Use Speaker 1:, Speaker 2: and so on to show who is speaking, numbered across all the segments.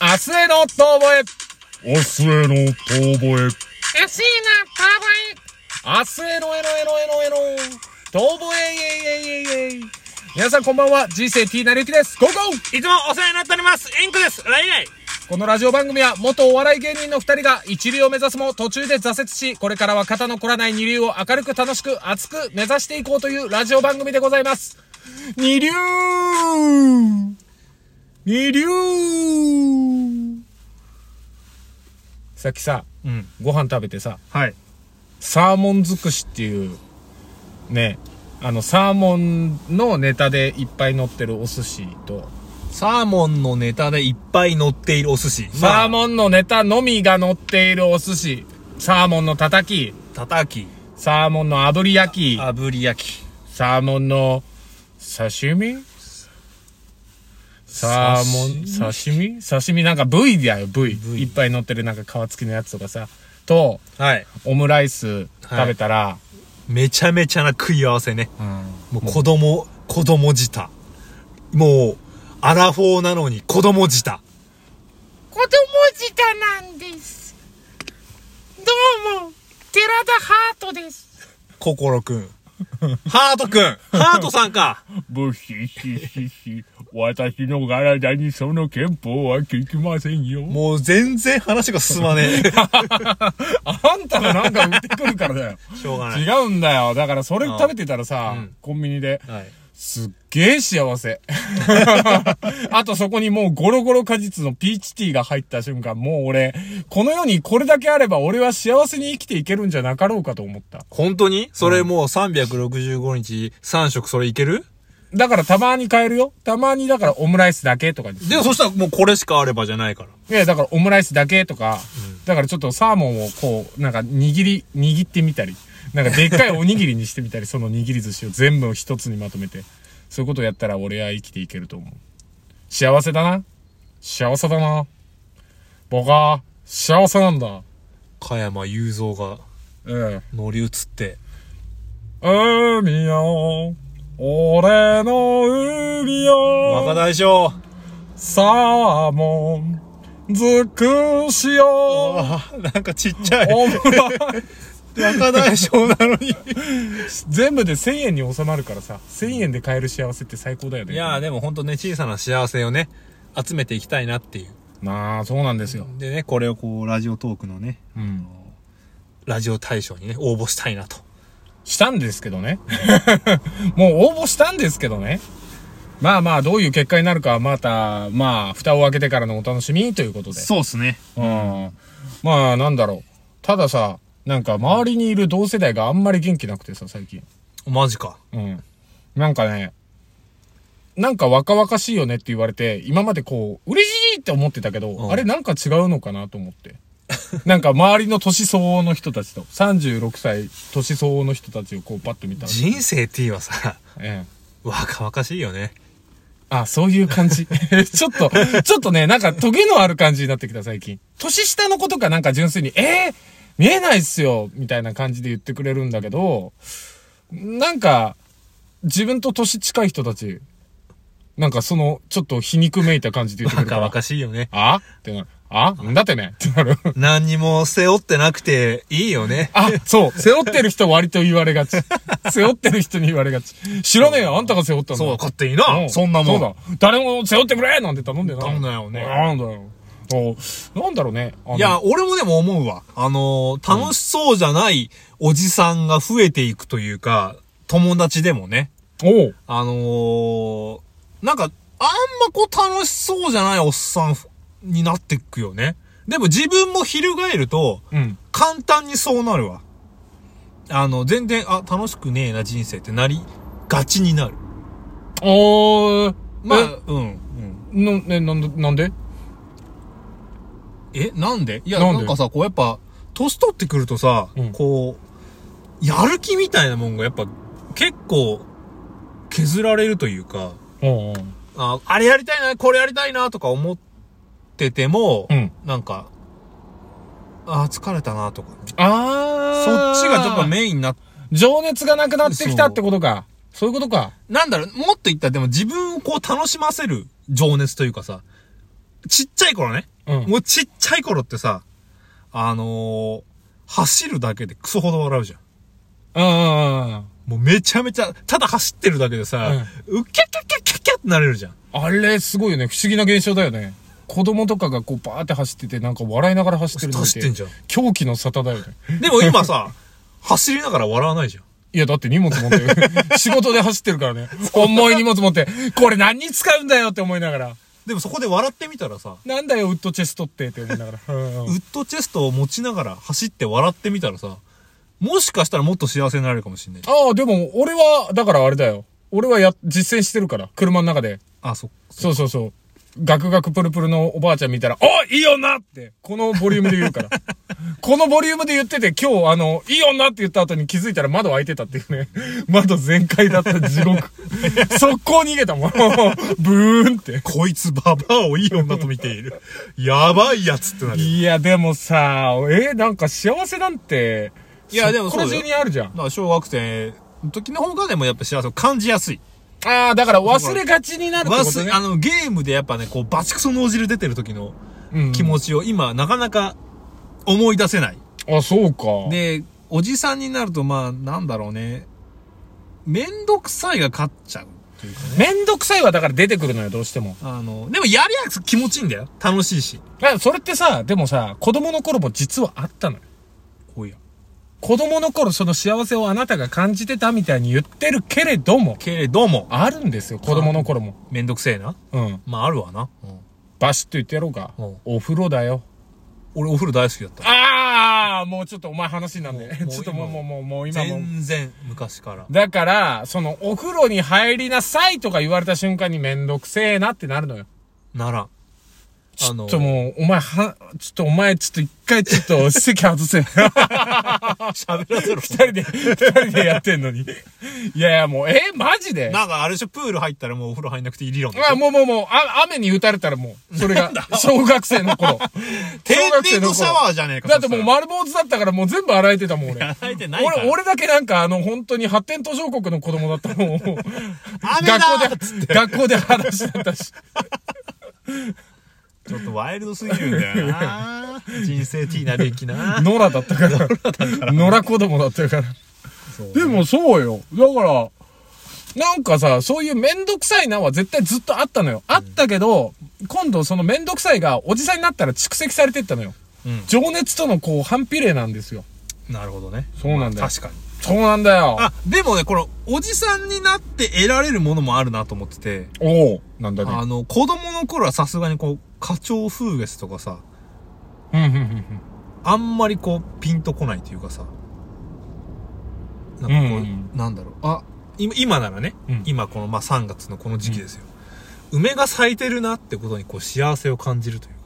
Speaker 1: 明日への遠吠え
Speaker 2: 明日への遠吠え。
Speaker 1: 明日への遠吠え明日へのえのえのえのえの遠吠えイエイエイエイエイ皆さんこんばんは、人生 T なりゆきです。ゴーゴー
Speaker 3: いつもお世話になっております。インクです。ライライ。
Speaker 1: このラジオ番組は元お笑い芸人の二人が一流を目指すも途中で挫折し、これからは肩の凝らない二流を明るく楽しく熱く目指していこうというラジオ番組でございます。二流二流さっきさ、
Speaker 3: うん。
Speaker 1: ご飯食べてさ、
Speaker 3: はい。
Speaker 1: サーモン尽くしっていう、ね、あの、サーモンのネタでいっぱい乗ってるお寿司と、
Speaker 3: サーモンのネタでいっぱい乗っているお寿司。
Speaker 1: サーモンのネタのみが乗っているお寿司、サーモンのたたき、
Speaker 3: ン。たたき。
Speaker 1: サーモンの炙り焼き、
Speaker 3: 炙り焼き。
Speaker 1: サーモンの刺身サーモン、刺身刺身なんか部位だよ、部位。
Speaker 3: 部位
Speaker 1: いっぱい乗ってるなんか皮付きのやつとかさ。と、
Speaker 3: はい。
Speaker 1: オムライス食べたら、
Speaker 3: めちゃめちゃな食い合わせね。
Speaker 1: うん
Speaker 3: もう子供、子供舌。もう、アラフォーなのに子供舌。
Speaker 4: 子供舌なんですどうも寺田ハートです
Speaker 3: 心く ん。ハートく ん。ハートさんか。
Speaker 2: ブヒヒヒヒ。私の体にその憲法は聞きませんよ。
Speaker 3: もう全然話が進ま ね
Speaker 1: あんたがなんか売ってくるからだよ。
Speaker 3: え。しょうがない。
Speaker 1: 違うんだよ。だからそれ食べてたらさ、
Speaker 3: うん
Speaker 1: コンビニで、
Speaker 3: はい。
Speaker 1: すっげえ幸 せ。あとそこにもうゴロゴロ果実のピーチティーが入った瞬間、もう俺、この世にこれだけあれば俺は幸せに生きていけるんじゃなかろうかと思った。
Speaker 3: 本当にそれもう365日3食それいける
Speaker 1: だからたまに買えるよ。たまにだからオムライスだけとかに。
Speaker 3: でもそしたらもうこれしかあればじゃないから。
Speaker 1: いや、だからオムライスだけとか、だからちょっとサーモンをこう、なんか握り、握ってみたり、なんかでっかいおにぎりにしてみたり、その握り寿司を全部一つにまとめて、そういうことやったら俺は生きていけると思う。幸せだな。幸せだな。僕は幸せなんだ。
Speaker 3: 加山雄三が
Speaker 1: うん。
Speaker 3: 乗り移って、
Speaker 1: 海よ、俺の海よ、
Speaker 3: 若大将
Speaker 1: サーモン、尽くし よ、
Speaker 3: ああ、なんかちっちゃい。
Speaker 1: オムライス
Speaker 3: 若大将なのに。
Speaker 1: 全部で1000円に収まるからさ1000円で買える幸せって最高だよね
Speaker 3: いやーでもほんとね、小さな幸せをね、集めていきたいなっていう。
Speaker 1: まあそうなんですよ
Speaker 3: でね、これをこう、ラジオトークのね、
Speaker 1: うん
Speaker 3: ラジオ大賞にね、応募したいなと。
Speaker 1: したんですけどね もう応募したんですけどねまあまあどういう結果になるかはまたまあ蓋を開けてからのお楽しみということで
Speaker 3: うっすね。
Speaker 1: うんまあなんだろうたださなんか周りにいる同世代があんまり元気なくてさ最近
Speaker 3: マジか。
Speaker 1: うん。なんかね、なんか若々しいよねって言われて、今までこう、嬉しいって思ってたけど、
Speaker 3: うん
Speaker 1: あれなんか違うのかなと思って。なんか周りの年相応の人たちと、36歳年相応の人たちをこうパッと見たら、
Speaker 3: 人生 T はさ、
Speaker 1: ええ
Speaker 3: 若々しいよね。
Speaker 1: あ、そういう感じ。 ちょっと、ちょっとね、なんかトゲのある感じになってきた最近。年下の子とかなんか純粋に、えー、見えないっすよみたいな感じで言ってくれるんだけど、なんか、自分と年近い人たち、なんかその、ちょっと皮肉めいた感じで言ってくれるか
Speaker 3: 若
Speaker 1: ら。
Speaker 3: 々しいよね。
Speaker 1: あってなる。あんだってねってなる。
Speaker 3: 何にも背負ってなくていいよね。
Speaker 1: あ、そう。背負ってる人割と言われがち。背負ってる人に言われがち。知らねえよ。あんたが背負ったんだ。
Speaker 3: そう、勝手にな。
Speaker 1: う
Speaker 3: そんなもん。
Speaker 1: そうだ。誰も背負ってくれなんて頼んでない。
Speaker 3: 頼んだよね
Speaker 1: なんだよ。おなんだろうね。あの
Speaker 3: いや、、俺もでも思うわ。あのー楽しそうじゃないおじさんが増えていくというか、友達でもね。
Speaker 1: おう。
Speaker 3: あのーなんか、あんまこう楽しそうじゃないおっさんふになってくよね。でも自分も翻ると、
Speaker 1: うん。
Speaker 3: 簡単にそうなるわ。あの、全然、あ、楽しくねえな人生ってなりがちになる。
Speaker 1: おー、
Speaker 3: ま
Speaker 1: ま
Speaker 3: あ
Speaker 1: あ、、
Speaker 3: うん。うん
Speaker 1: の、ね、なんで、なんで
Speaker 3: え、なんでいや、
Speaker 1: な
Speaker 3: なんん
Speaker 1: で
Speaker 3: かさ、こうやっぱ、年取ってくるとさ、
Speaker 1: うん
Speaker 3: こう、やる気みたいなもんがやっぱ、結構、削られるというか、
Speaker 1: おう
Speaker 3: ああれやりたいな、これやりたいな、とか思ってても、
Speaker 1: うん。
Speaker 3: なんか、あー疲れたなとか、ね、そ
Speaker 1: あ
Speaker 3: っ
Speaker 1: ー。
Speaker 3: ちがちょっとメインになっ
Speaker 1: 情熱がなくなってきたってことか。そういうことか。
Speaker 3: なんだろう、もっと言ったらでも自分をこう楽しませる情熱というかさ、ちっちゃい頃ね。
Speaker 1: うん
Speaker 3: もうちっちゃい頃ってさ、あのー走るだけでクソほど笑うじゃん。
Speaker 1: あ
Speaker 3: もうめちゃめちゃ、ただ走ってるだけでさ、うっキャッキャッキャッキャッキャってなれるじゃん。
Speaker 1: あ、あれすごいよね。不思議な現象だよね。子供とかがこうバーって走ってて、なんか笑いながら走ってるの見
Speaker 3: 走ってんじゃん。
Speaker 1: 狂気の沙汰だよね。
Speaker 3: でも今さ、 走りながら笑わないじゃん。
Speaker 1: いや、だって荷物持ってる。仕事で走ってるからね。重い荷物持って、これ何に使うんだよって思いながら。
Speaker 3: でもそこで笑ってみたらさ、
Speaker 1: なんだよ、ウッドチェストってって思いながら。うんう
Speaker 3: ウ
Speaker 1: ん
Speaker 3: ッドチェストを持ちながら走って笑ってみたらさ、もしかしたらもっと幸せになれるかもしんない。
Speaker 1: ああ、でも、俺は、だからあれだよ。俺はや、実践してるから、車の中で。
Speaker 3: あ、そ、
Speaker 1: そうそうそう。ガクガクプルプルのおばあちゃん見たら、おいいい女って、このボリュームで言うから。このボリュームで言ってて、今日あの、いい女って言った後に気づいたら窓開いてたっていうね。窓全開だった地獄。速攻逃げたもん。ブーンって。
Speaker 3: こいつババアをいい女と見ている。 やばいやつってなるよ。
Speaker 1: いや、でもさ、えなんか幸せなんて、
Speaker 3: いやでもそうだよ
Speaker 1: これ中にあるじゃ
Speaker 3: だ
Speaker 1: ん。
Speaker 3: から小学生の時の方がでもやっぱ幸せを感じやすい。
Speaker 1: ああ、だから忘れがちになるってこと
Speaker 3: 忘れ
Speaker 1: ね
Speaker 3: あ。の、ゲームでやっぱね、こう、バチクソ脳汁出てる時の
Speaker 1: うん
Speaker 3: 気持ちを今、なかなか思い出せない。
Speaker 1: あ、そうか。
Speaker 3: で、おじさんになると、まあ、なんだろうね。めんどくさいが勝っちゃうっていうかね。
Speaker 1: めんどくさいはだから出てくるのよ、どうしても。
Speaker 3: あの、でもやりゃ気持ちいいんだよ。楽しいし。
Speaker 1: あそれってさ、でもさ、子供の頃も実はあったのよ。
Speaker 3: おや。
Speaker 1: 子供の頃その幸せをあなたが感じてたみたいに言ってるけれども、
Speaker 3: けれども、
Speaker 1: あるんですよ、子供の頃も。
Speaker 3: めんどくせえな。
Speaker 1: うん。
Speaker 3: まあ、あるわな。うん
Speaker 1: バシッと言ってやろうか
Speaker 3: うん。
Speaker 1: お風呂だよ。
Speaker 3: 俺、お風呂大好きだった。
Speaker 1: ああもうちょっとお前話になんね
Speaker 3: もう。もう
Speaker 1: ちょっともう
Speaker 3: 今
Speaker 1: もうもうもう今もう。
Speaker 3: 全然、昔から。
Speaker 1: だから、そのお風呂に入りなさいとか言われた瞬間にめんどくせえなってなるのよ。
Speaker 3: ならん。
Speaker 1: ちょっ
Speaker 3: あ
Speaker 1: ともう、お前は、ちょっとお前ちょっと一回ちょっと席外 せ。
Speaker 3: 喋らせろ。
Speaker 1: 二人で、二人でやってんのに。いやいや、もう、えマジで
Speaker 3: なんか、あれでしょ、プール入ったらもうお風呂入んなくていい理論でしょ
Speaker 1: あ、もうもうもう、あ、雨に打たれたらもう、それが、小学生の頃。 小
Speaker 3: 天
Speaker 1: 学生
Speaker 3: 然のシャワーじゃねえか。
Speaker 1: だってもう丸坊主だったからもう全部洗えてたもん、俺。
Speaker 3: 入ってないから。
Speaker 1: 俺、俺だけなんかあの、本当に発展途上国の子供だった もん。学校
Speaker 3: 雨だーっつって
Speaker 1: で、学校で話だったし。
Speaker 3: ちょっとワイルドすぎるんだよな人生ティーナでいき な
Speaker 1: 野良だったから。野良子供だったから。
Speaker 3: そう
Speaker 1: でもそうよ。だから、なんかさ、そういうめんどくさいなは絶対ずっとあったのよ。あったけど、今度そのめんどくさいがおじさんになったら蓄積されてったのよ。
Speaker 3: うん
Speaker 1: 情熱とのこう反比例なんですよ。
Speaker 3: なるほどね。
Speaker 1: そうなんだよ。
Speaker 3: 確かに。
Speaker 1: そうなんだよ。
Speaker 3: あ、でもね、この、おじさんになって得られるものもあるなと思ってて、
Speaker 1: おおなんだね。
Speaker 3: あの、子供の頃はさすがにこう、花鳥風月とかさ、
Speaker 1: うんうんうん
Speaker 3: あんまりこう、ピンとこないというかさ、なんかこう、
Speaker 1: うんうん
Speaker 3: なんだろう、あ、今、今ならね、
Speaker 1: うん
Speaker 3: 今この、まあ、3月のこの時期ですよ。梅が咲いてるなってことにこう、幸せを感じるというか、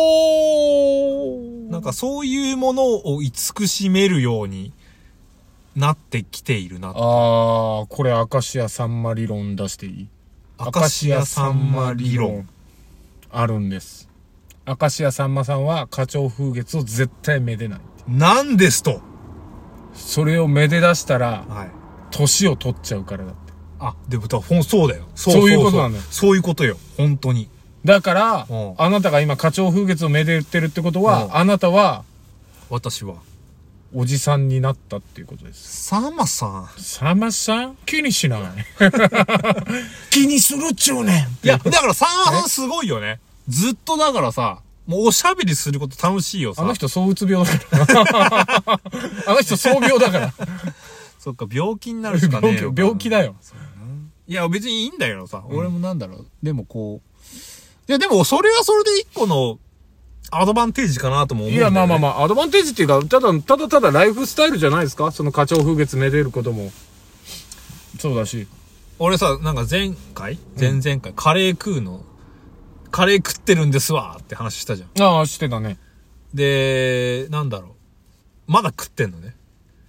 Speaker 1: ほー。
Speaker 3: なんかそういうものを慈しめるようになってきているな。
Speaker 1: あー、これアカシアさんま理論出していい
Speaker 3: アカシアさんま理論。。
Speaker 1: あるんです。アカシアさんまさんは花鳥風月を絶対めでない。
Speaker 3: なんですと。
Speaker 1: それをめで出したら、
Speaker 3: はい。
Speaker 1: 年を取っちゃうからだって。
Speaker 3: あ、でもだからほんそうだよ。そ
Speaker 1: そういうことなのよ
Speaker 3: そういうことよ。本当に。
Speaker 1: だから、
Speaker 3: うん
Speaker 1: あなたが今花鳥風月をめでってるってことは、
Speaker 3: うん
Speaker 1: あなたは
Speaker 3: 私は。
Speaker 1: おじさんになったっていうことです。
Speaker 3: サマさん。
Speaker 1: さまさん気にし ない。気にするっちゅうねん。
Speaker 3: いや、だからサマさんすごいよね。ずっとだからさ、もうおしゃべりすること楽しいよさ。
Speaker 1: あの人、そううつ病だから。 あの人、そう病だから。
Speaker 3: そっか、病気になるしかねえよ
Speaker 1: 病気病気だよ。
Speaker 3: いや、別にいいんだけどさ。俺もなんだろう。でもこう。いや、でもそれはそれで一個のアドバンテージかなとも思うん
Speaker 1: い
Speaker 3: だ
Speaker 1: や、
Speaker 3: よ、ね。
Speaker 1: まあまあまあ、アドバンテージっていうか、ただ、ただただライフスタイルじゃないですかその花鳥風月めでることも。そうだし。
Speaker 3: 俺さ、なんか前回前々回、カレー食うの、カレー食ってるんですわーって話したじゃん。
Speaker 1: ああ、してたね。
Speaker 3: で、なんだろう。まだ食ってんのね。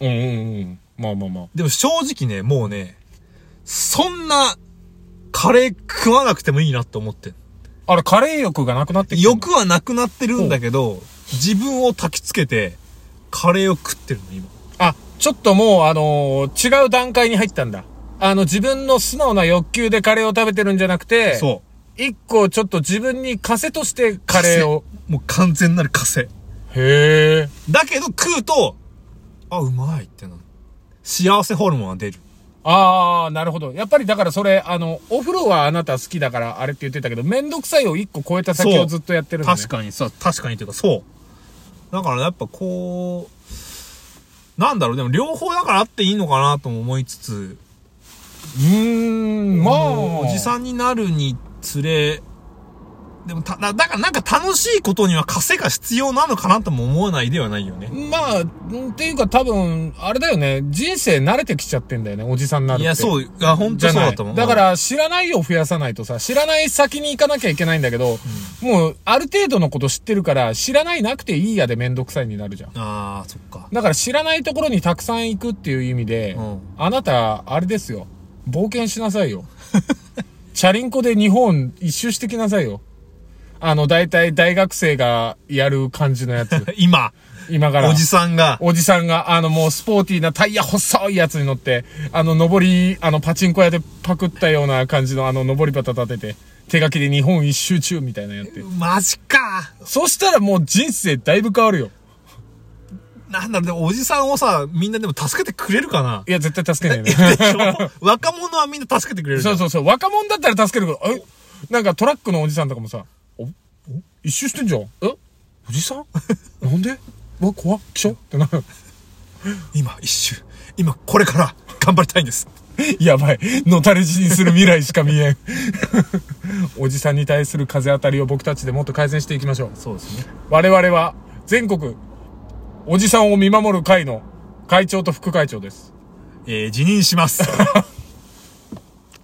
Speaker 1: うんうんうん。まあまあまあ。
Speaker 3: でも正直ね、もうね、そんな、カレー食わなくてもいいなって思ってん
Speaker 1: あれ、カレー欲がなくなってきてんの
Speaker 3: 欲はなくなってるんだけど、自分を焚きつけて、カレーを食ってるの、今。
Speaker 1: あ、ちょっともう、あのー違う段階に入ったんだ。あの、自分の素直な欲求でカレーを食べてるんじゃなくて、
Speaker 3: そう。
Speaker 1: 一個ちょっと自分に枷としてカレーを。
Speaker 3: もう完全なるカセ。
Speaker 1: へえ。
Speaker 3: だけど食うと、あ、うまいってなる。幸せホルモンが出る。
Speaker 1: ああ、なるほど。やっぱりだからそれ、あの、お風呂はあなた好きだからあれって言ってたけど、めんどくさいを一個超えた先
Speaker 3: そ
Speaker 1: を
Speaker 3: う
Speaker 1: ずっとやってるんだ、ね。
Speaker 3: 確かにさ、確かにというか、そう。だからやっぱこう、なんだろう、でも両方だからあっていいのかなとも思いつつ、
Speaker 1: うーん、まあ。
Speaker 3: おじさんになるにつれ、でもた、だだからなんか楽しいことには稼が必要なのかなとも思わないではないよね。
Speaker 1: まあ、んっていうか多分、あれだよね。人生慣れてきちゃってんだよね。おじさんになるっ
Speaker 3: い
Speaker 1: て。
Speaker 3: や、そう、いや、本
Speaker 1: じ
Speaker 3: 当
Speaker 1: ゃ
Speaker 3: そう
Speaker 1: ない
Speaker 3: だと思う。
Speaker 1: だか、ら、知らないを増やさないとさ、知らない先に行かなきゃいけないんだけど、もう、ある程度のこと知ってるから、知らないなくていいやでめんどくさいになるじゃん。
Speaker 3: ああ、そっか。
Speaker 1: だから、知らないところにたくさん行くっていう意味で、
Speaker 3: うん
Speaker 1: あなた、あれですよ。冒険しなさいよ。 チャリンコで日本一周してきなさいよ。あの、大体大学生がやる感じの やつ。
Speaker 3: 今、
Speaker 1: 今から。
Speaker 3: おじさんが、
Speaker 1: おじさんが、あの、もうスポーティーなタイヤ細いやつに乗って、あの、上り、あの、パチンコ屋でパクったような感じの、あの、上り旗立てて、手書きで日本一周中みたいなのやって。
Speaker 3: マジか。
Speaker 1: そしたらもう人生だいぶ変わるよ。
Speaker 3: なんだろう、でもおじさんをさ、みんなでも助けてくれるかない
Speaker 1: や、絶対助け ないよね。
Speaker 3: でしょ若者はみんな助けてくれるじゃ
Speaker 1: そ
Speaker 3: ん
Speaker 1: うそうそう。若者だったら助けるけど、えなんかトラックのおじさんとかもさ、おお一周してんじゃん。えおじさんなんでうわ、怖っ、気象ってなる。
Speaker 3: 今一周今これから頑張りたいんです
Speaker 1: やばい。のたれ死にする未来しか見えん。 おじさんに対する風当たりを僕たちでもっと改善していきましょう。
Speaker 3: そうですね
Speaker 1: 我々は全国、おじさんを見守る会の会長と副会長です。
Speaker 3: えー、辞任します